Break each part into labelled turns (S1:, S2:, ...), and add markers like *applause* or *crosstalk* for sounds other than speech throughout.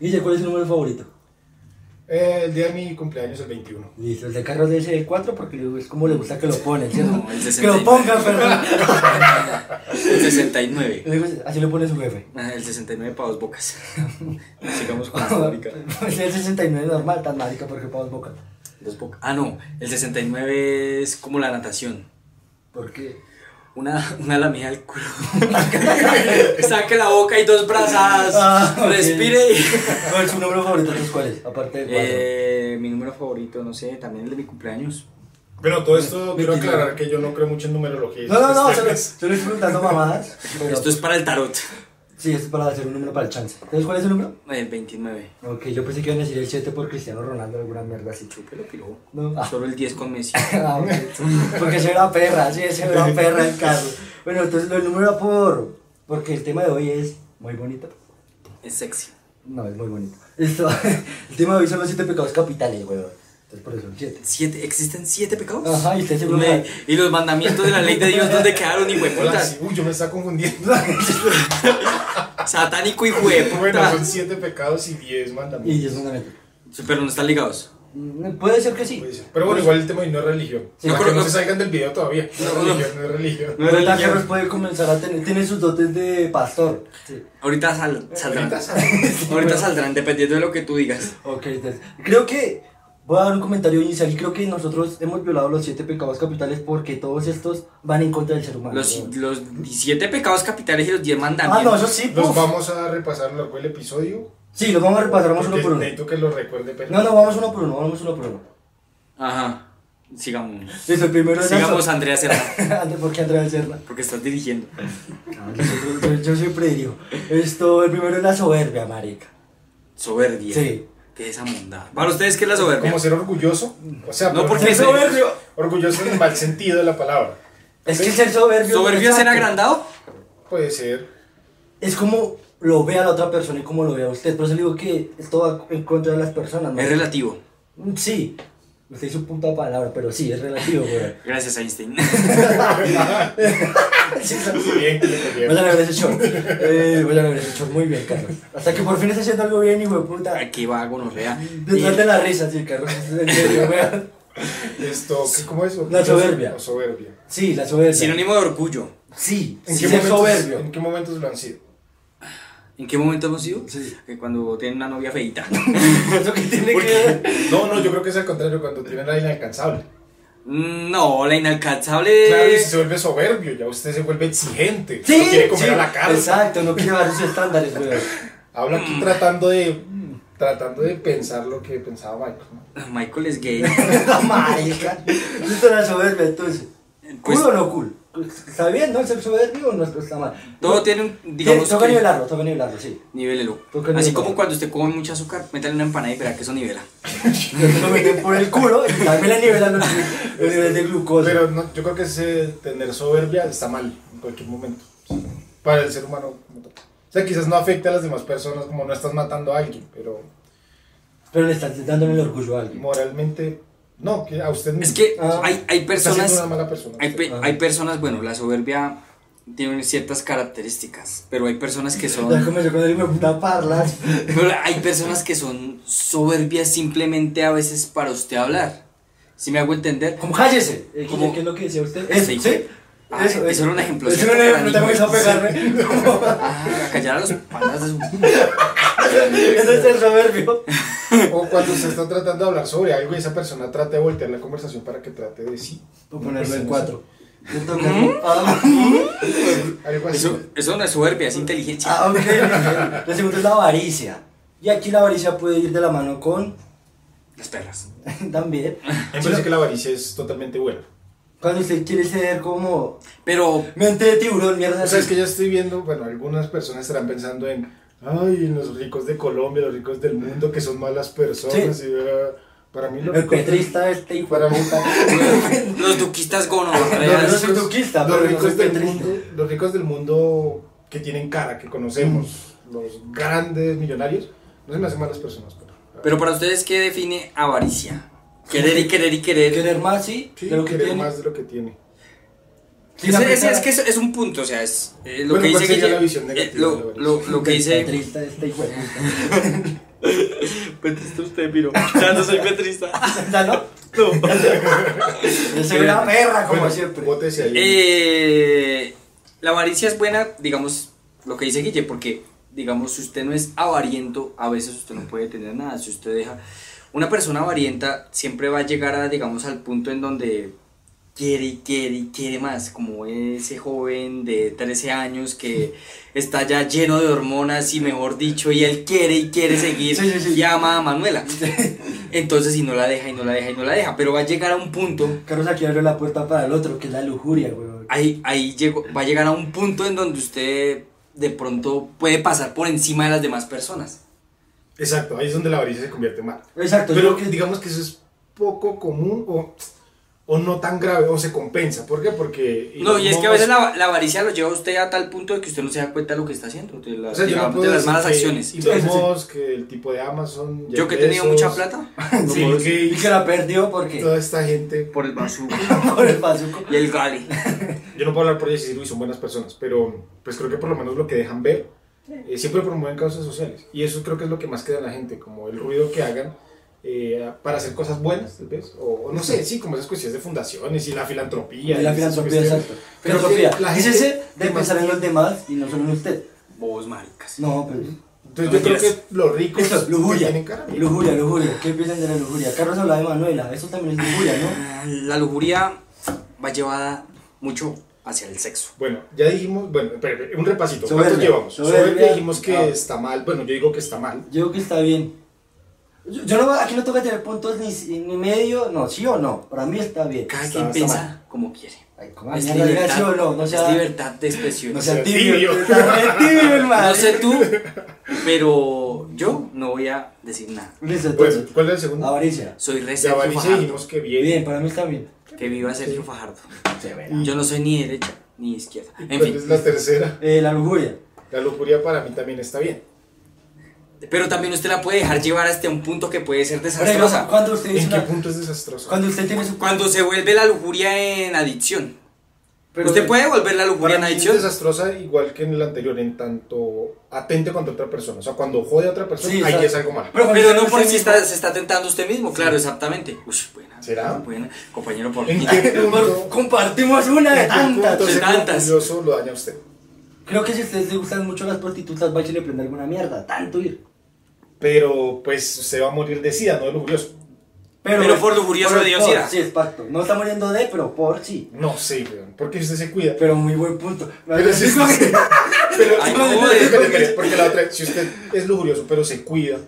S1: Guille, ¿cuál es su número favorito?
S2: Eh, el día de mi cumpleaños, el 21.
S1: Listo, el de Carlos es el 4 porque es como le gusta que lo ponen, ¿cierto?
S3: No, *laughs* el
S1: que lo
S3: 69.
S1: pongan, perdón.
S3: *laughs* El 69.
S1: Así lo pone su
S3: *laughs*
S1: jefe.
S3: Ah, El 69 para
S1: *laughs*
S3: dos bocas. Sigamos con esta marica.
S1: Es el 69 normal, tan marica porque pavos boca.
S3: Dos bocas. Ah, no. El 69 es como la natación.
S1: ¿Por qué?
S3: Una, una lamida al culo. *laughs* Saque la boca y dos brazadas.
S1: Ah,
S3: *laughs*
S1: ok.
S3: Respire y.
S1: *laughs* ¿Cuál es su número favorito? entonces, ¿Cuál es? Aparte del 4.
S3: Eh, mi número favorito, no sé, también el de mi cumpleaños.
S2: Pero todo esto quiero
S1: 29.
S2: aclarar que yo no creo mucho en numerología. Este, pues,
S1: no, no, no, solo,
S3: *laughs*
S1: solo estoy preguntando mamadas. pero- pues-
S3: Esto es para el tarot.
S1: Sí, esto es para hacer un número para el chance. Entonces, ¿cuál es el número?
S3: El 29.
S1: Ok, yo pensé que iban a decir el 7 por Cristiano Ronaldo, alguna mierda así.
S3: Chúpelo, piro.
S1: No. Ah.
S3: Solo el 10 con Messi. *laughs*
S1: Ah, ok. Porque se era perra, sí, se era perra el carro. Bueno, entonces el número va por. Porque el tema de hoy es muy bonito.
S3: Es sexy.
S1: No, es muy bonito. Esto, *laughs* el tema de hoy son los siete pecados capitales, weón. Entonces por eso son siete.
S3: Siete, ¿Existen siete pecados?
S1: Ajá, y usted seguro
S3: Me-
S1: sabe.
S3: y los mandamientos de la ley de Dios, ¿dónde quedaron, hijo de
S2: Hola,
S3: puta?
S2: sí, uy, yo me está confundiendo.
S1: *laughs*
S2: Eh, pues,
S3: Satánico, hijo de
S2: Bueno,
S3: puta.
S2: son siete pecados y diez
S1: Y
S2: mandamientos.
S1: ellos fundamental.
S3: Sí, Pero no están ligados.
S1: Mm, Puede ser que sí.
S2: Puede ser. Pues, Pero bueno, igual el tema hoy no es religión.
S1: Sí,
S2: Para
S3: no
S2: que
S3: creo-
S2: no se salgan del video todavía. No
S3: No,
S2: es
S3: no.
S2: religión, no es religión.
S3: No es
S1: Pero el
S3: religión.
S1: Carlos puede comenzar a tener. Tiene sus dotes de pastor. Sí.
S3: Ahorita sal- saldrán.
S2: Ahorita
S3: Ahorita,
S2: sal-
S3: saldrán, dependiendo de lo que tú digas.
S1: Ok, entonces. Creo que. Voy a dar un comentario inicial y creo que nosotros hemos violado los siete pecados capitales porque todos estos van en contra del ser humano.
S3: Los,
S1: weón.
S3: los 17 pecados capitales y los 10
S1: Ah, no,
S3: mandamientos.
S1: eso sí,
S2: Los
S1: puf.
S2: vamos a repasar luego el episodio.
S1: Sí, los vamos a repasar vamos uno
S2: porque
S1: por uno.
S2: Necesito que lo recuerde, pero.
S1: No, no, vamos uno por uno, vamos uno por uno.
S3: Ajá. Sigamos.
S1: Listo, el primero es.
S3: Sigamos, Andrea Serra.
S1: *laughs* Antes, ¿por qué Andrea Becerra?
S3: Porque estás dirigiendo.
S1: Yo- yo, yo siempre digo, esto, el primero es la soberbia, marica.
S3: Soberbia.
S1: Sí.
S3: Que esa mondada. Para ustedes, ¿qué es la soberbia?
S2: Como ser orgulloso. O sea,
S3: No,
S2: por-
S3: porque es soberbio.
S2: Orgulloso en el mal sentido de la palabra.
S1: Es que ser soberbio...
S3: ¿Soberbio es ser
S1: exacto,
S3: agrandado?
S2: Puede ser.
S1: Es como lo vea la otra persona y como lo vea usted. Por eso le digo que esto va en contra de las personas, ¿no?
S3: Es relativo.
S1: Sí. Usted hizo un punto de palabra, pero sí, es relativo,
S3: *laughs*
S1: güey.
S3: Gracias, Einstein.
S1: Sí,
S2: Bien, que le
S1: Vayan
S2: cogieron.
S1: a ver ese short. Eh, vayan a ver ese short. Muy bien, Carlos. Hasta que por fin está haciendo algo bien, hijo de puta.
S3: Aquí va gonorrea.
S1: Detrás de la risa, sí, Carlos. En serio, weón.
S2: Esto, ¿qué- ¿cómo es?
S1: La soberbia.
S2: O soberbia.
S1: Sí, la soberbia.
S3: Sinónimo de orgullo.
S1: Sí,
S2: ¿En,
S1: sí,
S2: qué
S1: ser
S2: momentos,
S1: soberbio. *laughs*
S2: ¿En qué momentos lo han sido?
S3: ¿En qué momento hemos ido?
S1: Sí.
S3: Que Cuando tienen una novia feita. *laughs*
S1: ¿Eso que tiene que ver?
S2: *laughs* No, no, yo creo que es al contrario, cuando tienen la inalcanzable.
S3: No, la inalcanzable.
S2: Claro, y si se vuelve soberbio, ya usted se vuelve exigente.
S1: Sí,
S2: no quiere comer
S1: sí,
S2: a la carta.
S1: Exacto, no quiere bajar sus estándares,
S3: *laughs*
S1: weón.
S2: Habla aquí tratando de mm, tratando de pensar lo que pensaba Michael. ¿no?
S3: Ah, Michael es gay.
S1: La marica. Esto era soberbia, entonces.
S3: Pues-
S1: ¿Cool o no cool? ¿Está bien, no? ¿Ser soberbio o no está mal?
S3: Todo tiene un. Digamos.
S1: toca
S3: que-
S1: nivelarlo, toca nivelarlo, sí.
S3: Nivelelo.
S1: Toca
S3: Así
S1: nivelarlo.
S3: como cuando usted come mucha azúcar, métale una empanada y verá que eso nivela.
S1: Yo te lo meten por el culo y también le nivelan los los niveles de glucosa.
S2: Este, Pero no, yo creo que ese tener soberbia está mal en cualquier momento. Para el ser humano. como tal. O sea, quizás no afecta a las demás personas como no estás matando a alguien, pero
S1: Pero le estás dándole el orgullo a alguien.
S2: moralmente no, que a usted mismo.
S3: Es que
S1: Ah.
S3: hay, hay
S2: Está siendo
S3: personas.
S2: una mala persona.
S3: Hay, pe-
S1: Ajá.
S3: hay personas, bueno, la soberbia tiene ciertas características, pero hay personas que
S1: *laughs* Ya
S3: son.
S1: comenzó con el hijo de puta parlas.
S3: *laughs* pero hay personas que son soberbias simplemente a veces para usted hablar. Si me hago
S1: *laughs*
S3: entender.
S1: Como cállese. Eh,
S3: Como-
S1: ¿Qué es lo que decía usted?
S3: Eso,
S1: Eso,
S3: hijo.
S1: ¿sí?
S3: Ah, eso era un ejemplo,
S1: Eso
S3: ¿cierto?
S1: era un ejemplo, también
S3: Para
S1: hizo
S3: niños.
S1: pegarme.
S3: Ah, a callar a los panas de su.
S1: *laughs* Eso es ser soberbio.
S2: *laughs* O cuando se está tratando de hablar sobre algo y esa persona trata de voltear la conversación para que trate de sí.
S1: O ponerlo en
S2: Sí,
S1: cuatro.
S3: ¿Mm?
S1: Ah,
S2: *laughs* Algo así.
S3: Eso, eso no es soberbia, es inteligencia.
S1: ah, ok. La segunda es la avaricia. Y aquí la avaricia puede ir de la mano con. *laughs*
S3: Las perras.
S1: También.
S2: Me parece que la avaricia es totalmente buena.
S1: Cuando usted quiere ser como.
S3: Pero *laughs*
S1: Mente de tiburón, mierda.
S2: O sea, es
S1: así.
S2: que ya estoy viendo, bueno, algunas personas estarán pensando en, ay, los ricos de Colombia, los ricos del mundo, que son malas personas. y, ah, para mí, los
S1: El
S2: ricos,
S1: petrista este hijo de
S2: Para mí.
S3: *laughs*
S1: puta.
S3: los duquistas
S2: *laughs*
S1: No, no
S3: gonorreas.
S1: soy turquista,
S2: los
S1: pero no
S2: ricos
S1: soy
S2: del
S1: petrista.
S2: mundo, los ricos del mundo que tienen cara, que conocemos, los grandes millonarios, no se me hacen malas personas. Pero,
S3: Pero para ustedes, ¿qué define avaricia? Querer y querer y querer.
S1: Querer más, sí.
S2: sí,
S1: de lo que
S2: querer
S1: tiene.
S2: más de lo que tiene. Sin
S3: Ese- ese-
S2: afectar a-
S3: es que es, es un punto, o sea, es eh, lo
S2: Bueno,
S3: que
S2: ¿cuál
S3: dice
S2: sería
S3: Guille-
S2: la visión
S3: eh,
S2: negativa de
S3: lo,
S2: la
S3: lo, lo que dice.
S1: Petrista este hijo de puta.
S3: *laughs* Petrista usted, piro. Ya no soy petrista. *laughs*
S1: ¿Ya no? Yo soy una perra, Ah, como siempre.
S2: Bote si hay
S3: Eh, la avaricia es buena, digamos, lo que dice Guille, porque, digamos, si usted no es avariento, a veces usted no puede tener nada. Si usted deja. Una persona avarienta siempre va a llegar a, digamos, al punto en donde quiere y quiere y quiere más, como ese joven de 13
S1: *laughs*
S3: años que está ya lleno de hormonas y mejor dicho, y él quiere y quiere seguir
S1: Sí, sí, sí.
S3: y ama a Manuela.
S1: *laughs*
S3: Entonces, y no la deja y no la deja y no la deja, pero va a llegar a un punto
S1: Carlos aquí abrió la puerta para el otro, que es la lujuria, weón.
S3: ahí, ahí llegó- va a llegar a un punto en donde usted de pronto puede pasar por encima de las demás personas.
S2: Exacto, ahí es donde la avaricia se convierte en mal.
S1: Exacto, yo
S2: Pero
S1: creo
S2: que
S1: que- *laughs*
S2: digamos que eso es poco común o, o no tan grave o se compensa. ¿Por qué? Porque.
S3: No, y es que
S2: digamos,
S3: a veces la, la avaricia lo lleva a usted a tal punto de que usted no se da cuenta de lo que está haciendo, de, la-
S2: o sea, yo no
S3: digamos, de
S2: puedo
S3: las malas
S2: decir que-
S3: acciones.
S2: Y
S3: *laughs*
S1: Sí, sí, sí.
S2: vemos que el tipo de Amazon.
S3: Yo que he
S2: Jeff
S3: tenido
S2: Bezos,
S3: mucha plata no
S2: Sí,
S3: puedo decir,
S2: que-
S1: Y que la perdió porque.
S2: toda esta gente.
S3: por el bazooka
S1: *laughs* Por el bazuco.
S3: *laughs* y el gali.
S2: Yo no puedo hablar por ellos y decir, uy, son buenas personas, pero pues creo que por lo menos lo que dejan ver eh, siempre promueven causas sociales. Y eso creo que es lo que más queda en la gente, como el ruido que hagan eh, para hacer cosas buenas, tal vez. O, o no sé, sí, como esas cuestiones de fundaciones y la filantropía.
S1: Y la
S2: y esas
S1: filantropía,
S2: cuestiones.
S1: exacto.
S2: Pero
S1: Filantropía.
S2: que la gente
S1: Dícese de
S2: demasiado-
S1: pensar en los demás y no solo en usted.
S3: Vos, maricas.
S1: No, pero.
S2: Entonces yo creo que los ricos
S1: Eso,
S2: que
S1: lujuria.
S2: tienen cara, bien.
S1: Lujuria, lujuria. ¿Qué piensan de la lujuria? Carlos hablaba de Manuela. Eso también es lujuria, ¿no?
S3: Ah, La lujuria va llevada mucho hacia el sexo.
S2: Bueno, ya dijimos, bueno, espera, espera, un repasito, ¿cuánto
S1: Soberbia,
S2: llevamos?
S1: soberbia.
S2: Soberbia dijimos que
S1: Ah.
S2: está mal, bueno, yo digo que está mal.
S1: Yo creo que está bien. Yo, yo no, aquí no toca tener puntos ni, ni medio, no, sí o no. Para mí está bien.
S3: Cada
S2: Está-
S3: quien
S2: está
S3: piensa
S2: mal.
S3: como quiere.
S1: Ay, ¿cómo
S3: Es
S1: mierda, diga sí
S3: libertad,
S1: o no, no
S3: es
S1: sea,
S3: libertad de expresión.
S1: no sea
S2: No sea
S1: tibio. *laughs*
S2: tibio.
S1: Está re tibio, hermano.
S3: No sé tú, pero yo no voy a decir nada.
S1: Listo,
S2: Bueno,
S1: entonces.
S2: ¿cuál es el segundo?
S1: Avaricia.
S3: Soy re
S2: Ya
S3: Sergio
S2: avaricia
S3: Fajardo.
S2: dijimos que bien.
S1: Bien, para mí está bien.
S3: Que viva Sergio Fajardo.
S1: Se verá.
S3: Yo no soy ni derecha ni izquierda. En
S2: ¿Cuál
S3: fin.
S2: es la tercera?
S1: Eh, la lujuria.
S2: La lujuria para mí también está bien.
S3: Pero también usted la puede dejar llevar hasta un punto que puede ser
S1: Por ejemplo,
S3: desastrosa.
S1: cuando usted dice
S2: ¿En qué
S1: una-
S2: punto es desastroso?
S1: Cuando usted tiene su.
S3: Cuando se vuelve la lujuria en adicción.
S1: Pero-
S3: usted puede volver la
S2: Para
S3: lujuria en
S2: mí es
S3: adicción.
S2: desastrosa igual que en el anterior, en tanto atente contra otra persona. O sea, cuando jode a otra persona,
S1: Sí,
S2: ahí
S1: exacto.
S2: es algo malo.
S1: cuando
S3: Pero
S1: usted
S3: no
S1: dice
S3: porque
S1: mismo-
S3: está, se está tentando usted mismo, claro, exactamente. Uy, buena.
S2: ¿Será?
S3: Buena. Compañero, por *laughs*
S2: ¿En qué
S1: Por-
S2: punto?
S1: Compartimos una de
S2: *laughs* ¿En qué
S1: tantas.
S2: punto
S3: de
S2: ser
S3: tantas.
S2: orgulloso lo daña a usted?
S1: Creo que si a ustedes les gustan mucho las prostitutas, vaya y le prende alguna mierda. Tanto ir.
S2: Pero pues usted va a morir de sida, no de lujurioso.
S3: Pero por lujurioso de
S1: por-
S3: Diosida.
S1: Sí, es pacto. No está muriendo de, pero por sí.
S2: No sé, weón, porque usted se cuida.
S1: Pero muy buen punto.
S2: Pero si usted- *laughs* pero-
S3: Ay,
S2: no,
S3: no,
S2: espere, espere,
S3: es-
S2: espere, porque la otra, si usted es lujurioso, pero se cuida,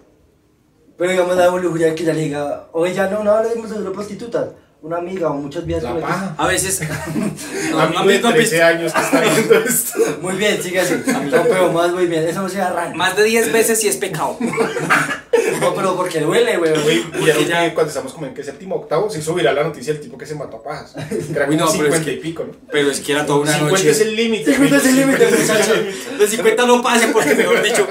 S1: Pero digamos la lujuria que ya le diga, oye, ya no, no hablemos de una prostituta, una amiga o muchas vías
S2: la
S1: con las que-
S2: paja.
S3: A
S2: *laughs*
S3: veces. No, pues,
S2: Amigo
S3: no,
S2: de
S3: no,
S2: 13 años que está viendo esto.
S1: Muy bien, sigue *laughs* así. No, pero más muy bien. Eso no se arranca.
S3: Más de 10 veces y es pecado.
S1: *laughs* No, pero porque duele,
S2: Güey,
S1: güey.
S2: y ya, que cuando estamos como en que séptimo octavo se hizo viral la noticia del tipo que se mató a pajas. Que era
S3: Uy,
S2: como
S3: no, pero
S2: 50
S3: es que-
S2: y pico, ¿no?
S3: Pero es que era toda una
S2: 50
S3: noche.
S2: es el límite.
S1: 50 es el
S2: güey,
S1: límite,
S2: 50 es el
S1: muchacho.
S2: límite.
S3: De 50 no pase porque mejor dicho,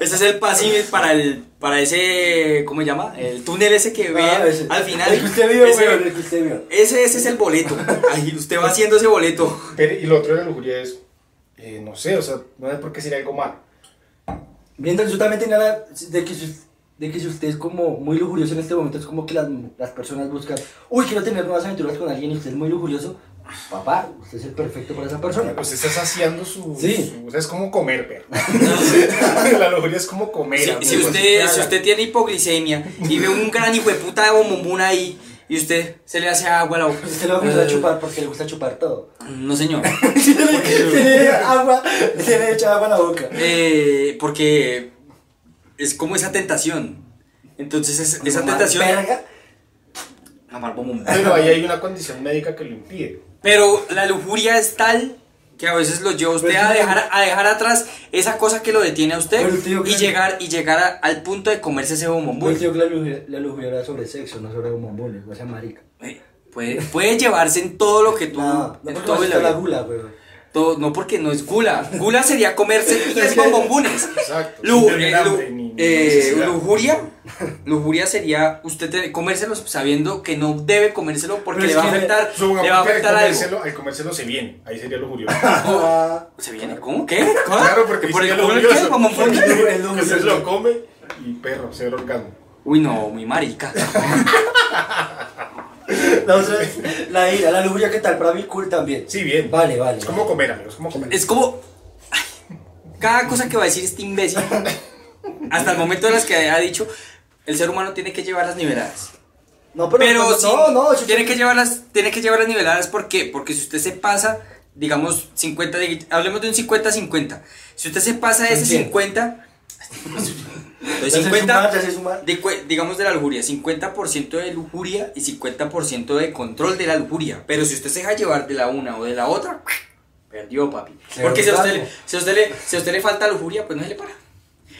S3: ese es el pase para el para ese ¿cómo se llama? El túnel ese que ve
S1: Ah, ese.
S3: al final.
S1: El que usted vio,
S3: ese,
S1: güey. El que usted vio.
S3: ese, ese es el boleto. Ahí usted va haciendo ese boleto.
S2: Pero, y lo otro de la lujuria es, eh, no sé, o sea, no sé por qué sería algo malo.
S1: Mientras yo también tenía la- de que, si- de que si usted es como muy lujurioso en este momento, es como que las, las personas buscan, uy, quiero tener nuevas aventuras con alguien y usted es muy lujurioso. Papá, usted es el perfecto para esa persona.
S2: Pues está saciando su,
S1: Sí.
S2: su- O sea, es como comer, perro.
S3: *laughs*
S2: la lujuria es como comer.
S3: Si,
S2: amigo,
S3: si
S2: así
S3: usted,
S2: que
S3: si
S2: haga.
S3: usted tiene hipoglicemia y ve un gran hijo de puta de bombombón ahí y usted se le hace agua a la boca. Eh,
S1: Usted lo gusta chupar porque Pues le gusta chupar *laughs* todo.
S3: No, señor.
S1: tiene agua, tiene hecha agua en la boca.
S3: Eh, porque es como esa tentación. Entonces es- esa
S1: Mamá,
S3: tentación
S1: verga.
S3: Amar bombombón.
S2: Pero ahí hay una condición médica que lo impide.
S3: Pero la lujuria es tal que a veces lo lleva a usted
S1: Pero es
S3: a
S1: que-
S3: dejar, a dejar atrás esa cosa que lo detiene a usted
S1: Pero Pues te digo que
S3: y
S1: la-
S3: llegar, y llegar a- al punto de comerse ese
S1: Yo
S3: bombombón.
S1: creo Pues, que la lujuria- la lujuria era sobre sexo, no sobre bombones, o sea, marica.
S3: Eh, Puede, puede llevarse en todo lo que tú...
S1: No,
S3: en
S1: no
S3: todo
S1: porque
S3: el-
S1: está la gula,
S3: *laughs*
S1: weón. *laughs*
S3: todo- no porque no es gula. Gula sería comerse 10 bombombones.
S2: Exacto.
S3: Lu-
S2: sin tener
S3: eh, lu-
S2: hambre ni
S3: Eh,
S2: Necesidad.
S3: lujuria, lujuria sería usted te- comérselo sabiendo que no debe comérselo porque
S1: Pero
S3: le
S1: es
S3: va a
S1: que
S3: afectar,
S2: Supongamos
S3: le va a
S2: que al
S3: afectar algo.
S2: comérselo- Al comérselo se viene, ahí sería lo
S3: *laughs*
S2: curioso.
S1: Ah,
S3: ¿Se viene? ¿Cómo? ¿Qué? ¿Cómo?
S2: Claro, porque
S3: por
S2: sería
S3: el
S2: lo
S3: culo el
S2: curioso.
S3: qué? ¿Cómo
S2: *laughs*
S3: fue?
S2: Porque
S1: Es lo
S2: que se
S1: curioso.
S2: lo come y perro, se ve el orgasmo.
S3: Uy, no, muy marica.
S1: la otra es la ira, la lujuria, ¿qué tal? Para mí, cool también.
S2: Sí, bien.
S1: Vale, vale.
S2: Es como comer, amigos, como comer.
S3: Es como. ay, Cada cosa que va a decir este imbécil, hasta el momento de las que ha dicho, el ser humano tiene que llevarlas niveladas.
S1: No, pero,
S3: Pero,
S1: no,
S3: sí,
S1: no, no, yo-
S3: tiene, que llevarlas, tiene que llevarlas niveladas. ¿Por qué? Porque si usted se pasa, digamos, 50, de- hablemos de un 50-50. Si usted se pasa de ese
S1: Entiendo.
S3: 50.
S1: *laughs*
S3: de
S1: Ya sé
S3: 50
S1: sumar, ya sé sumar.
S3: de cu- digamos de la lujuria, 50% de lujuria y 50% de control de la lujuria. Pero si usted se deja llevar de la una o de la otra, perdió, papi.
S1: Se
S3: Porque si a, usted, le-
S1: orgasmo.
S3: si, a usted le, si a usted le falta lujuria, pues no se le para.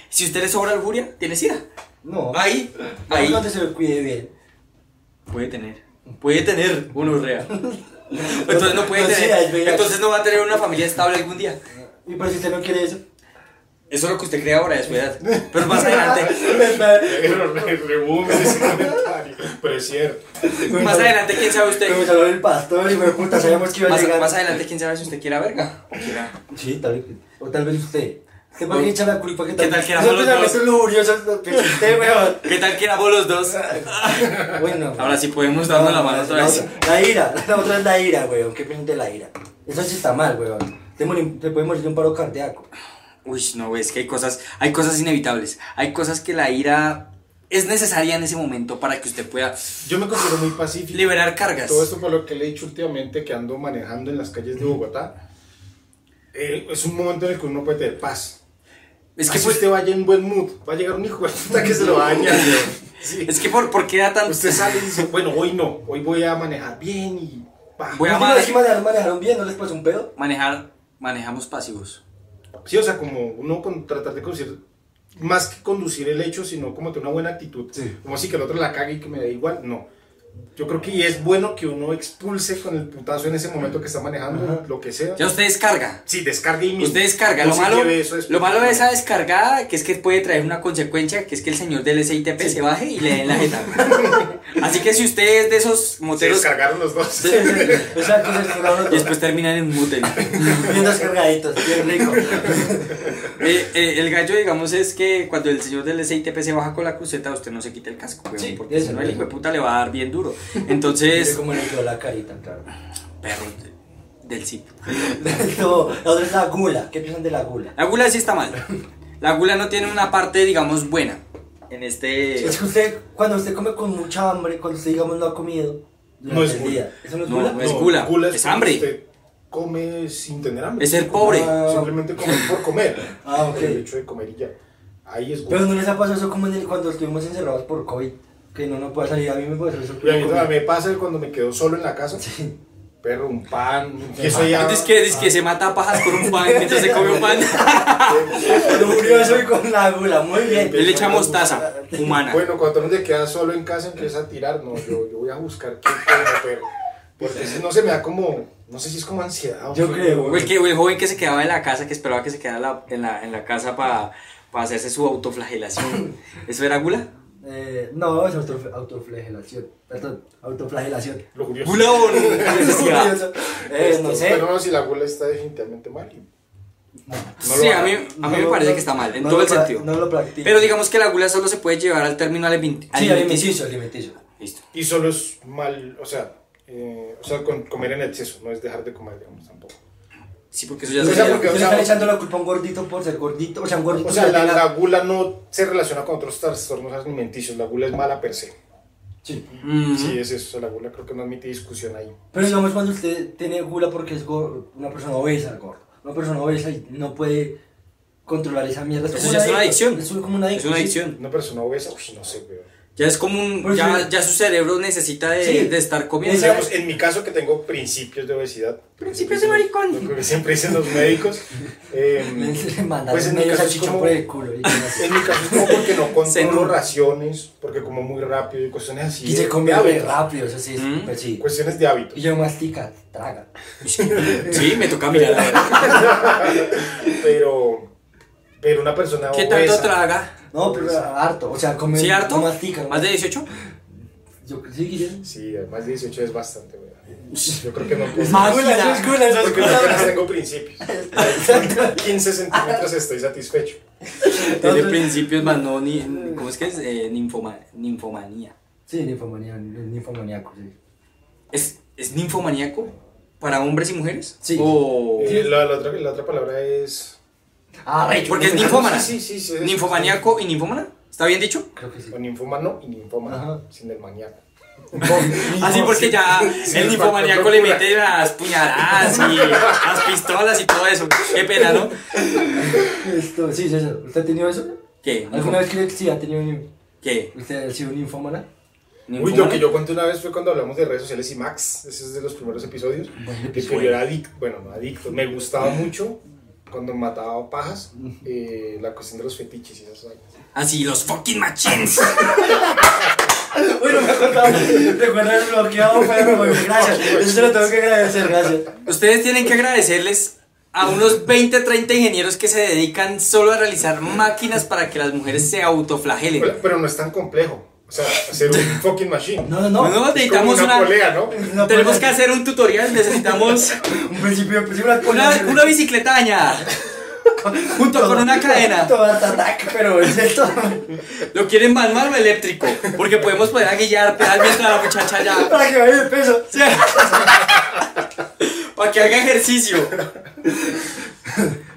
S3: Si a usted le sobra lujuria, tiene sida.
S1: No,
S3: Ahí,
S1: ahí
S3: ahí.
S1: donde se lo cuide bien.
S3: Puede tener. Puede tener gonorrea. Entonces no puede
S1: No, sí, es
S3: tener.
S1: verdad.
S3: Entonces no va a tener una familia estable algún día.
S1: Y por si usted no quiere eso.
S3: Eso es lo que usted cree ahora de su edad. Pero *laughs*
S1: *laughs*
S3: más adelante,
S2: Pero re- rebume *laughs* ese comentario. Pero es cierto.
S3: más adelante, quién sabe usted.
S1: Como salió el pastor y me puta, sabíamos que iba a
S3: Más,
S1: llegar.
S3: más adelante, quién sabe si usted quiera verga. o quiera-
S1: Sí, tal vez. O tal vez usted. ¿Qué
S3: O-
S1: para qué echar la culpa? ¿Qué
S3: ¿Qué
S1: tal? pues,
S3: tal que era
S1: Eso
S3: solo
S1: es
S3: dos?
S1: lo lujurioso que existe,
S3: *laughs*
S1: weón.
S3: ¿Qué tal que éramos los dos?
S1: Bueno.
S3: Ahora sí podemos darnos la mano otra vez.
S1: otra- La ira, *laughs* la otra es la ira, weón. ¿Qué piensas de la ira? Eso sí está mal, weón. Te, muri- te puede morir de un paro cardíaco.
S3: Uy, no, es que hay cosas, hay cosas inevitables. Hay cosas que la ira es necesaria en ese momento para que usted pueda
S2: Yo me considero muy pacífico.
S3: liberar cargas.
S2: Todo esto por lo que le he dicho últimamente que ando manejando en las calles de Bogotá. eh, es un momento en el que uno puede tener paz.
S3: Es que,
S2: si
S3: pues,
S2: usted vaya en buen mood, va a llegar un hijo de puta que se lo
S3: *laughs*
S2: baña.
S3: es que por, ¿por qué da tan...
S2: Usted sale y dice, bueno, hoy no, hoy voy a manejar bien y... pa".
S3: Voy a-
S1: ¿No
S3: madre.
S1: que manejaron, manejaron bien? ¿No les pasó un pedo?
S3: Manejar, manejamos pasivos.
S2: Sí, o sea, como uno con, tratar de conducir, más que conducir el hecho, sino como tener una buena actitud.
S1: Sí.
S2: Como así que el otro la cague y que me da igual, no. Yo creo que es bueno que uno expulse con el putazo en ese momento que está manejando, lo que sea.
S3: Ya usted descarga.
S2: Sí, descargue y mismo.
S3: Usted descarga.
S2: No
S3: Lo
S2: se
S3: malo,
S2: lleve eso después.
S3: lo malo de esa descargada que es que puede traer una consecuencia, que es que el señor del SITP se baje y le den la
S2: *laughs*
S3: jeta. Así que si usted es de esos
S2: Se
S3: moteros
S2: descargaron los
S1: *laughs*
S2: dos. *laughs*
S1: Exacto, se descargaron
S3: y
S1: otro.
S3: después terminan en un motel.
S1: *laughs* Bien descargaditos, bien
S3: *laughs*
S1: rico.
S3: Eh, eh, el gallo, digamos, es que cuando el señor del SITP se baja con la cruceta, usted no se quita el casco, weón,
S1: Sí,
S3: porque si
S1: eso,
S3: no el
S1: eso.
S3: hijo de puta le va a dar bien duro.
S1: Es
S3: Entonces,
S1: como le quedó la carita, claro. *laughs*
S3: perro de- del sitio.
S1: No, la otra es la gula. ¿Qué piensan de la gula?
S3: La gula sí está mal. La gula no tiene una parte, digamos, buena en este...
S1: Es que usted, cuando usted come con mucha hambre, cuando usted, digamos, no ha comido durante
S2: No es
S1: el
S2: gula.
S1: día, ¿eso no es
S3: No,
S1: gula?
S3: eh. no es gula, es
S2: cuando
S3: hambre.
S2: Usted come sin tener hambre.
S3: Es ser pobre.
S1: Ah.
S2: Simplemente comer por comer.
S1: Ah, ok.
S2: El hecho de comer y ya. Ahí es
S1: Pero
S2: gula.
S1: no les ha pasado eso como en el- cuando estuvimos encerrados por COVID, que no no puede salir. A mí me pasó eso.
S2: Y a mí
S1: con
S2: todavía me pasa cuando me quedo solo en la casa. Perro, un pan. Y eso ya.
S3: Dice que,
S1: *laughs*
S3: dice que se mata a pajas con un pan mientras se come un pan.
S1: COVID. Lujurioso y con la gula, muy bien.
S3: Él le echa mostaza humana.
S2: Bueno, cuando uno te queda solo en casa empieza a tirar, no, yo, yo voy a buscar qué puedo, pero porque si no se me da como, no sé si es como ansiedad. o
S1: Yo
S2: qué.
S1: creo,
S3: O El, que, o el joven que se quedaba en la casa, que esperaba que se quedara la- en, la, en la casa para hacerse
S1: *laughs*
S3: su autoflagelación. ¿Eso era gula?
S1: Eh, no, es autof- autoflagelación. Perdón, autoflagelación.
S2: Lo curioso.
S3: ¿Gula
S1: *laughs*
S3: o no? necesidad?
S1: Lujurioso. Eh, no sé.
S2: Pero no, si la gula está definitivamente mal. No lo
S3: sí, a
S2: haga.
S3: mí, a mí
S1: No
S3: me
S1: lo-
S3: parece
S1: no-
S3: que está mal, en
S1: no
S3: todo
S1: lo
S3: el
S1: pra-
S3: sentido.
S1: No lo practico.
S3: Pero digamos que la gula solo se puede llevar al término aliment-
S1: Sí,
S3: alimenticio.
S1: alimenticio, alimenticio.
S3: Listo.
S2: Y solo es mal, o sea, eh, o sea, con- comer en exceso, no es dejar de comer, digamos, tampoco.
S3: Sí, porque eso
S1: Yo
S3: ya
S1: no
S2: O
S3: se
S2: sea,
S1: sé,
S2: porque,
S1: yo
S2: o
S1: le
S2: sea,
S1: están echando la culpa a un gordito por ser gordito. O sea, un gordito.
S2: O sea,
S1: que
S2: la,
S1: tenga-
S2: la gula no se relaciona con otros trastornos alimenticios, la gula es mala per se.
S1: Sí.
S3: Mm.
S2: Sí, es eso, o sea, la gula creo que no admite discusión ahí.
S1: Pero digamos cuando usted tiene gula porque es gordo, una persona obesa, gordo. Una persona obesa y no puede controlar esa mierda.
S3: Eso
S1: como
S3: ya es una adicción.
S1: Es un- como una
S3: Es
S1: adicción.
S3: una
S1: sí.
S3: adicción.
S2: Una persona obesa, uy, no sé, pero...
S3: Ya es como un.
S1: Pues
S3: Ya,
S1: sí.
S3: ya su cerebro necesita de,
S1: Sí.
S3: de estar comiendo.
S1: Esa-
S2: Pues, Digamos, en mi caso que tengo principios de obesidad.
S3: Principios de maricón.
S2: Lo que *laughs* siempre dicen los
S1: *laughs*
S2: médicos. eh,
S1: Le mandan
S2: pues en mi
S1: medio
S2: caso es
S1: salchichón
S2: como...
S1: por el culo. *laughs* y cosas así.
S2: En mi caso es como porque
S1: *laughs*
S2: no controlo
S3: Cenú.
S2: raciones, porque como muy rápido y cuestiones así.
S1: Y
S2: de-
S1: se
S2: de
S1: come
S2: hábitos.
S1: rápido, eso sí, es
S3: Mm.
S1: súper sí.
S2: Cuestiones de hábitos.
S1: Y yo mastica, traga.
S3: Sí, me toca mirar.
S1: *laughs*
S3: a ver.
S2: Pero, pero una persona
S3: ¿Qué
S2: obesa,
S3: tanto traga?
S1: No, pero harto. O sea, come.
S3: ¿Sí, harto?
S1: No mastica. ¿no?
S3: ¿Más de 18?
S1: Yo, sí, Guillermo.
S2: Sí, más de 18 es
S1: *laughs*
S2: bastante, güey. Yo creo que no.
S3: Máquina.
S2: Porque yo apenas tengo principios. 15 centímetros estoy satisfecho.
S3: Tiene principios más
S2: *laughs*
S3: no ni. ¿Cómo es que es? Eh, ninfoma- ninfomanía.
S1: Sí, ninfomanía, ninfomaníaco, sí.
S3: ¿Es, ¿Es ninfomaníaco para hombres y mujeres?
S1: Sí.
S3: O...
S2: Eh, la, la otra, la otra palabra es.
S1: Ah,
S3: Ay, porque es ninfómana.
S2: Sí, sí, sí, sí.
S3: Ninfomaniaco y ninfómana. ¿Está bien dicho?
S1: Creo *laughs* que sí.
S2: O ninfómano y ninfómana.
S1: Ajá.
S2: Sin el mañana.
S1: Ah,
S3: Así porque ya
S2: *laughs* sí,
S3: el
S2: el
S3: ninfomaníaco
S2: factor
S3: le
S2: locura.
S3: mete las puñaladas y las pistolas y todo eso. Qué pena, ¿no?
S1: Esto, sí, César. ¿Usted ha tenido eso?
S3: ¿Qué?
S1: ¿Alguna vez cree que sí ha tenido un...
S3: ¿Qué?
S1: ¿Usted ha sido un ninfómana?
S2: Uy, lo
S3: ¿Ninfómana?
S2: que yo conté una vez fue cuando hablamos de redes sociales y Max, ese es de los primeros episodios,
S1: pues
S2: que
S3: episodio.
S2: yo era adicto, bueno, no adicto, me gustaba mucho cuando mataba pajas, eh, la cuestión de los fetiches y esas vainas.
S3: Así, Ah, los fucking machines.
S1: *laughs* Bueno, me acordaba. Recuerda el bloqueado, pero bueno, gracias. Eso se lo tengo que agradecer, gracias.
S3: Ustedes tienen que agradecerles a unos 20, 30 ingenieros que se dedican solo a realizar máquinas para que las mujeres se autoflagelen.
S2: Pero, pero no es tan complejo, o sea, hacer
S1: *laughs*
S2: un fucking machine.
S1: No, no, no.
S3: No,
S2: Es como
S3: necesitamos
S2: una,
S3: una.
S2: polea, ¿no?
S1: Una
S3: Tenemos
S1: polea.
S3: que hacer un tutorial. Necesitamos
S1: Un principio, un principio las
S3: una,
S1: ponen-
S3: una bicicleta dañada junto con una cadena.
S1: Todo ataque, pero es esto. *laughs*
S3: Lo quieren más mal o eléctrico. Porque podemos poner a guillar pedal mientras la muchacha ya.
S1: Para que vaya el peso.
S3: Sí. Para que haga ejercicio.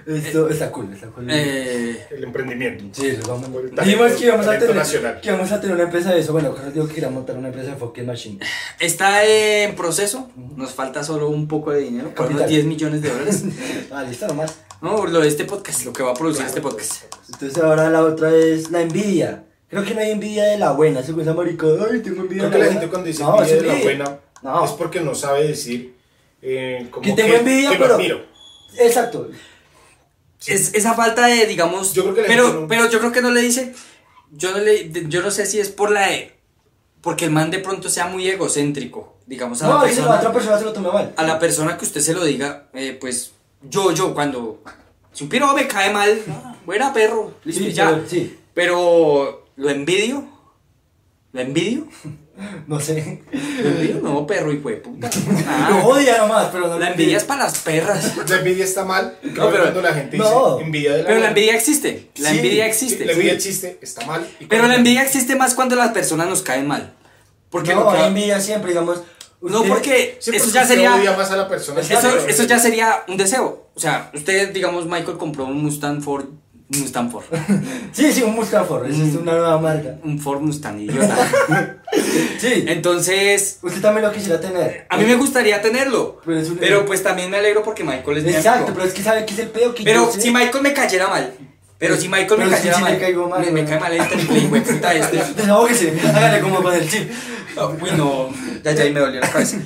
S1: Esto está cool, está cool.
S3: Eh,
S2: El emprendimiento.
S1: Sí, lo vamos
S2: Por el talento-
S1: Dijimos que íbamos a
S2: talento
S1: tener
S2: nacional.
S1: que íbamos a tener una empresa de eso. Bueno, Carlos dijo que quería montar una empresa de fucking machine.
S3: está en proceso. Nos falta solo un poco de dinero. Por unos
S1: Capital.
S3: 10 millones de dólares.
S1: Ah, listo nomás.
S3: No, lo de este podcast, lo que va a producir este podcast.
S1: Entonces ahora la otra es la envidia. Creo que no hay envidia de la buena. Se cuenta marico, ay, tengo envidia de la
S2: Creo que la
S1: buena.
S2: gente cuando dice
S1: no,
S2: envidia
S1: es
S2: de la
S1: envidia.
S2: buena
S1: No.
S2: es porque no sabe decir eh, como
S1: Que tengo envidia,
S2: que lo
S1: pero-
S2: admiro.
S1: Exacto.
S2: Sí.
S3: Es, esa falta de, digamos.
S2: Yo creo que la
S3: pero,
S2: gente no-
S3: pero yo creo que no le dice. Yo no, le, de- yo no sé si es por la. de- porque el man de pronto sea muy egocéntrico. Digamos a la
S1: No, dice la
S3: persona.
S1: otra persona se lo toma mal.
S3: a la persona que usted se lo diga, eh, pues yo, yo, cuando. Si un piro me cae mal, ah, buena perro, listo,
S1: Sí,
S3: ya.
S1: pero- sí.
S3: Pero lo envidio. ¿Lo envidio?
S1: *laughs*
S3: *laughs*
S1: No sé.
S3: ¿Lo envidio? No, perro, hijo de
S2: *laughs*
S3: puta. Ah,
S1: Lo odia nomás, pero no.
S3: la envidia es para las perras.
S2: La envidia está mal. No,
S3: pero-
S2: pero cuando la gente
S1: no.
S2: dice envidia de la
S3: Pero la
S2: buena".
S3: envidia existe. La
S1: Sí,
S3: envidia
S2: Sí,
S3: existe.
S2: La envidia existe, está mal. y
S3: Pero la
S2: cuando-
S3: envidia existe más cuando las personas nos caen mal. Porque
S1: no,
S3: lo que-
S1: la envidia siempre, digamos.
S3: no, porque
S2: Sí,
S3: eso
S2: porque
S3: ya
S2: usted
S3: sería.
S2: "Pues odia más a la persona.
S1: pues,
S3: Eso,
S2: Pero-
S3: eso ya sería un deseo. O sea, usted, digamos, Michael compró un Mustang Ford. Mustang Ford. *laughs*
S1: Sí, sí, un Mustang Ford. esa
S3: Mm.
S1: Es una nueva marca.
S3: Un Ford
S1: *laughs*
S3: Mustang, idiota.
S1: Sí.
S3: Entonces,
S1: Usted también lo quisiera tener.
S3: a mí me gustaría tenerlo.
S1: Pero es un-
S3: Pero pues también me alegro porque Michael es mi
S1: Exacto,
S3: amigo.
S1: pero es que sabe que es el pedo que
S3: Pero
S1: yo
S3: si
S1: sé.
S3: Michael me cayera mal. Pero si Michael
S1: Pero
S3: me
S1: sí,
S3: cayera
S1: sí,
S3: mal,
S1: le caigo mal,
S3: me, me
S1: ¿no?
S3: cae mal el triple hueputa
S1: *laughs*
S3: este.
S1: Desahógese, hágale como con el
S3: *laughs*
S1: chip.
S3: Ah, Uy, no. Ya, ya, ahí me dolió la cabeza.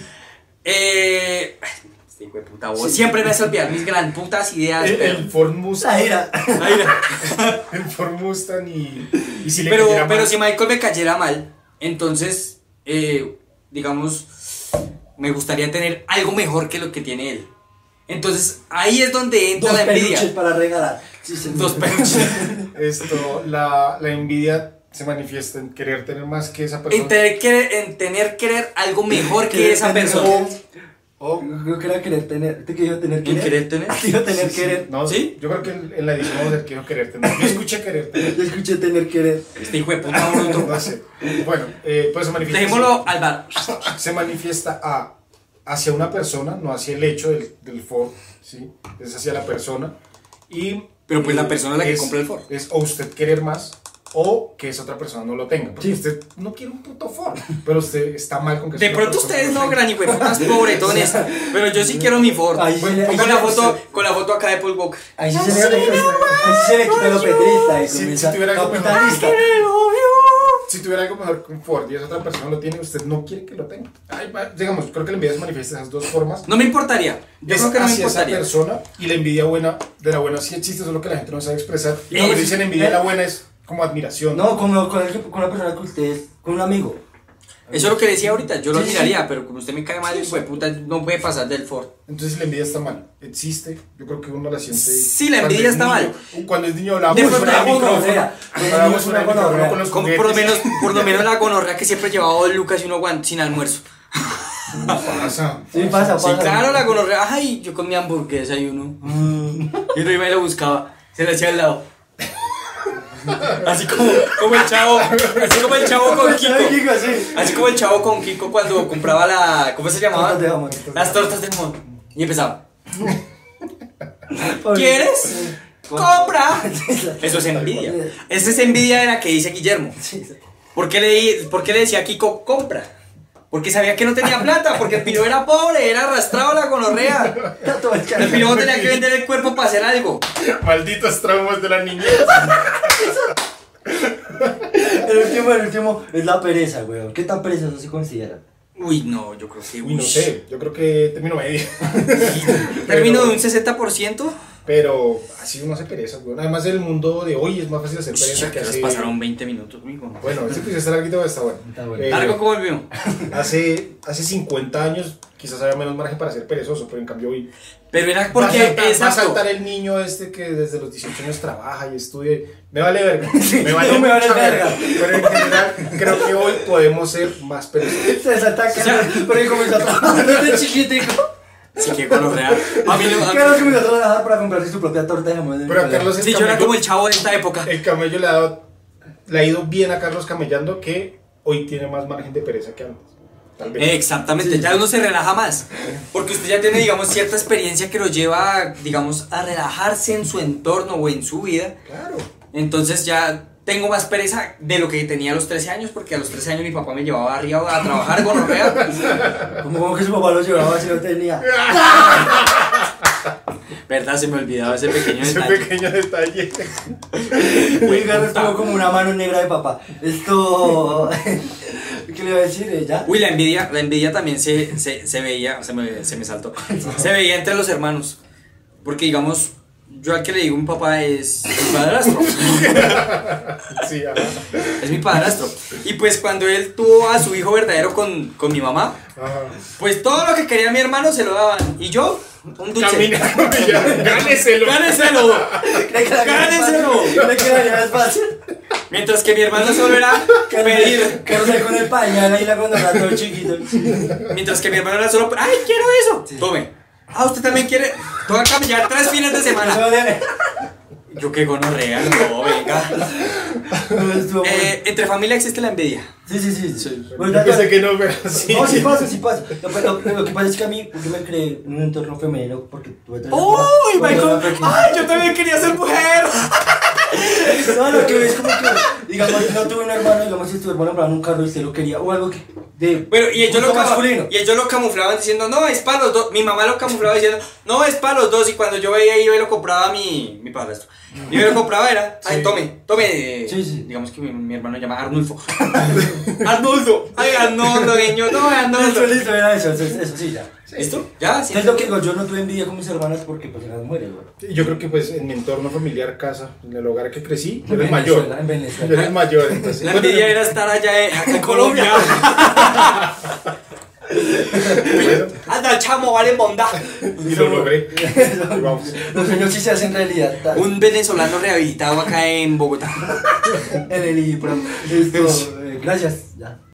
S3: Eh. ay, Este hijo de puta voz. Siempre me hace olvidar mis gran putas ideas,
S1: Eh,
S2: El,
S3: pero.
S2: el Ford Mustang.
S1: Zaira.
S3: Ay, no.
S2: El Ford Mustang y. y si le
S3: *laughs* pero,
S2: cayera
S3: pero
S2: mal,
S3: si Michael me cayera mal, entonces, eh, digamos, me gustaría tener algo mejor que lo que tiene él. Entonces, ahí es donde entra
S1: Dos
S3: la envidia.
S1: peluches para regalar. Sí, señor.
S3: Dos
S1: *laughs*
S3: peluches.
S2: Esto, la, la envidia se manifiesta en querer tener más que esa persona.
S3: en, tener que, en tener querer algo mejor que
S1: Querer
S3: esa
S1: tener-
S3: persona.
S2: O-
S1: Yo quería querer tener. ¿Tú querías tener
S3: ¿En
S1: querer? *laughs*
S3: querer tener?
S1: Quiero tener querer.
S2: No,
S3: ¿Sí?
S2: Yo creo que en, en la edición vamos a hacer quiero querer tener. Yo escuché querer tener.
S1: Yo escuché tener querer.
S3: Este hijo de puta bruto.
S1: *laughs*
S2: No sé. Bueno, eh, pues se manifiesta.
S3: Dejémoslo al bar.
S2: se manifiesta a, hacia una persona, no hacia el hecho del, del Ford, ¿sí? Es hacia la persona. Y, eh,
S3: Pero, pues, la persona es la que
S2: es-
S3: compra el Ford.
S2: Es o usted querer más o que esa otra persona no lo tenga. Porque
S1: Sí.
S2: usted no quiere un puto Ford, pero usted está mal con que
S3: De
S2: esa
S3: pronto
S2: persona lo
S3: ustedes no,
S2: tenga.
S3: gran hijo de
S2: *laughs*
S3: putas pobretones. Pero yo sí quiero mi Ford.
S1: Ahí sí
S2: Bueno,
S1: le-
S3: Y
S1: ahí
S3: con la
S1: sí-
S3: foto, con la foto acá de Paul Walker.
S1: Ahí sí se le ahí sí se le quita lo petrista pues, y
S2: Si-
S1: comienza
S2: si tuviera algo mejor.
S1: capitalista.
S2: Si tuviera algo mejor que un Ford y esa otra persona lo tiene, usted no quiere que lo tenga. Ay, va- digamos, creo que la envidia se manifiesta de esas dos formas.
S3: No me importaría. Yo
S2: es
S3: creo que no me
S2: hacia esa
S3: importaría.
S2: persona y la envidia buena, de la buena sí existe, solo que la gente no sabe expresar. Y
S3: No,
S2: cuando
S3: es-
S2: dicen envidia de
S1: eh.
S2: la buena es como admiración.
S1: No, con, con, alguien- con una persona que usted es, con un amigo.
S3: Eso es lo que decía ahorita, yo lo
S2: Sí, sí, sí.
S3: admiraría, pero como usted me cae mal,
S2: Sí, sí.
S3: hijo de puta, no puede pasar del Ford.
S2: Entonces la envidia está mal, existe, yo creo que uno la siente...
S3: Sí, la
S2: cuando
S3: envidia
S2: es
S3: está
S2: niño. Cuando es niño hablamos
S3: De
S2: fuera
S3: pronto
S2: del
S3: la
S2: micrófono,
S1: gonorrea.
S2: cuando hablamos
S1: Una
S2: fuera del micrófono,
S1: gonorrea.
S2: con los
S3: Como por lo
S2: juguetes.
S3: menos, por lo menos la gonorrea que siempre llevaba dos lucas y uno guante sin almuerzo.
S2: Pasa.
S1: Sí, pasa,
S3: *laughs* Sí,
S1: pasa.
S3: claro, la gonorrea. Ay, yo con mi hamburguesa y uno. mm, Y uno iba y lo buscaba. Se le hacía al lado. Así como, como el chavo. Así como el chavo
S1: *laughs*
S3: con
S1: Ay,
S3: Kiko.
S1: Kiko, sí.
S3: Así como el chavo con Kiko cuando compraba la. ¿Cómo se llamaba?
S1: Tortas de jamón.
S3: Las tortas de jamón. Y empezaba. ¿Quieres?
S1: *laughs*
S3: ¡Compra! Eso es envidia. Esa es envidia de la que dice Guillermo. ¿Por qué, le, di- por qué le decía a Kiko compra? Porque sabía que no tenía plata, porque el piro era pobre, era arrastrado a la gonorrea.
S1: Está todo el
S3: El
S1: carajo.
S3: piro tenía que vender el cuerpo para hacer algo.
S2: Malditos traumas de la niñez.
S1: El último, el último es la pereza, weón. ¿Qué tan perezoso se considera?
S3: Uy, no, yo creo que.
S2: Uy, no sé, yo creo que término medio.
S3: *laughs* Termino
S2: Pero-
S3: de un 60%.
S2: Pero así uno hace pereza, güey. Además, el mundo de hoy es más fácil hacer pereza
S3: Ya
S2: que
S3: que nos
S2: hace.
S3: pasaron 20 minutos, mijo.
S2: Bueno, este pues está larguito, pero está bueno.
S1: Está bueno.
S2: Eh,
S3: Largo como el mío.
S2: hace, hace 50 años quizás había menos margen para ser perezoso, pero en cambio hoy.
S3: Pero era
S2: va a
S3: porque.
S2: saltar- va a
S3: exacto.
S2: saltar el niño este que desde los 18 años trabaja y estudia. Me vale verga.
S1: *laughs* Sí,
S2: me vale
S1: no me vale
S2: mucha
S1: verga.
S2: Pero en general, creo que hoy podemos ser más perezosos.
S1: Se *laughs* desataca porque comenzó a
S3: *laughs*
S1: trabajar desde chiquitico.
S3: Sí, que gonorrea. A mí no- a-
S1: Claro que comenzó a trabajar para comprarse su propia torta de jamón. en el
S2: Pero a
S1: colegio.
S2: Carlos el
S3: Sí, yo era
S2: camello-
S3: como el chavo de esta época.
S2: El camello le ha, dado- le ha ido bien a Carlos Camellando que hoy tiene más margen de pereza que antes. Tal vez.
S1: Eh,
S3: Exactamente, ya uno se relaja más, porque usted ya tiene, digamos, cierta experiencia que lo lleva, digamos, a relajarse en su entorno o en su vida.
S2: Claro.
S3: Entonces ya tengo más pereza de lo que tenía a los 13 años, porque a los 13 años mi papá me llevaba arriba a trabajar gonorrea.
S1: Como, como que su papá lo llevaba si no
S2: *laughs*
S1: tenía.
S3: Verdad, se me olvidaba ese pequeño
S2: Ese
S3: detalle.
S2: pequeño detalle. *laughs*
S1: Y Carlos tuvo como una mano negra de papá. Esto. *laughs* ¿Qué le iba a decir ella?
S3: Uy, la envidia, la envidia también se, se, se veía, se me, se me saltó, se veía entre los hermanos, porque digamos, yo al que le digo un papá es mi padrastro.
S2: Sí, ah,
S3: Es mi padrastro. Y pues cuando él tuvo a su hijo verdadero con, con mi mamá,
S2: ah.
S3: pues todo lo que quería mi hermano se lo daban. Y yo, un dulce.
S2: Camina,
S1: *laughs*
S2: Camellán, gáneselo.
S3: ¡Gáneselo!
S1: ¿Cree que la
S3: ¡Gáneselo!
S1: ¿Cree que la vida es fácil?
S3: Mientras que mi hermano solo era pedir.
S1: Carlos ahí con el pañal ahí la cuando era todo
S3: *laughs*
S1: chiquito.
S3: Mientras que mi hermano era solo. ¡Ay, quiero eso! Tome. Ah, usted también quiere. Toca caminar tres fines de semana.
S1: Eso de-
S3: Yo qué gonorrea, no, *laughs* venga.
S1: No, estuvo muy-
S3: Eh, entre familia existe la envidia.
S1: Sí, sí, sí.
S3: sí.
S1: Bueno,
S2: Yo
S1: ya-
S2: pensé que no, pero sí.
S1: No, sí pasa, sí pasa. Lo, lo- lo que pasa es que a mí, yo me creé en un entorno femenino porque tuve tres hermanas.
S3: ¡Uy,
S1: Cuando era
S3: Michael!
S1: pequeño.
S3: ¡Ay, yo también quería ser mujer!
S1: No, lo que es como que, digamos, no tuve un hermano, digamos, si tu hermano compraba un carro y usted lo quería, o algo que. De,
S3: Bueno, y ellos,
S1: punto
S3: lo camu-
S1: masculino.
S3: y ellos lo camuflaban diciendo, no, es para los dos. Mi mamá lo camuflaba diciendo, no, es para los dos. Y cuando yo veía, iba y lo compraba a mi, mi padrastro. Yo lo compraba, *laughs* era, ay,
S2: Sí.
S3: tome, tome.
S1: Sí, sí.
S3: Digamos que mi, mi hermano llama *laughs* Arnulfo. Arnulfo, ay, Arnoldo, niño, no, Arnoldo.
S1: Listo, listo, era eso, eso, eso sí, ya.
S3: ¿Listo? ¿Ya? ¿Sí?
S1: Es lo que digo, yo no tuve envidia con mis hermanas porque pues eran mujeres, güey.
S2: Yo creo que pues en mi entorno familiar, casa, en el hogar que crecí, yo
S1: En
S2: era
S1: Venezuela,
S2: el mayor.
S1: En
S2: Yo
S1: Venezuela.
S2: era el mayor, entonces.
S3: La
S2: bueno,
S3: envidia era estar allá en, acá en Colombia.
S2: bueno,
S3: *laughs*
S1: *laughs*
S3: Anda, chamo, vale bondad.
S2: y lo logré. Y vamos.
S1: Los sueños sí se hacen realidad. tal.
S3: Un venezolano rehabilitado acá en Bogotá.
S1: En el IPRO. Esto, eh, gracias, ya.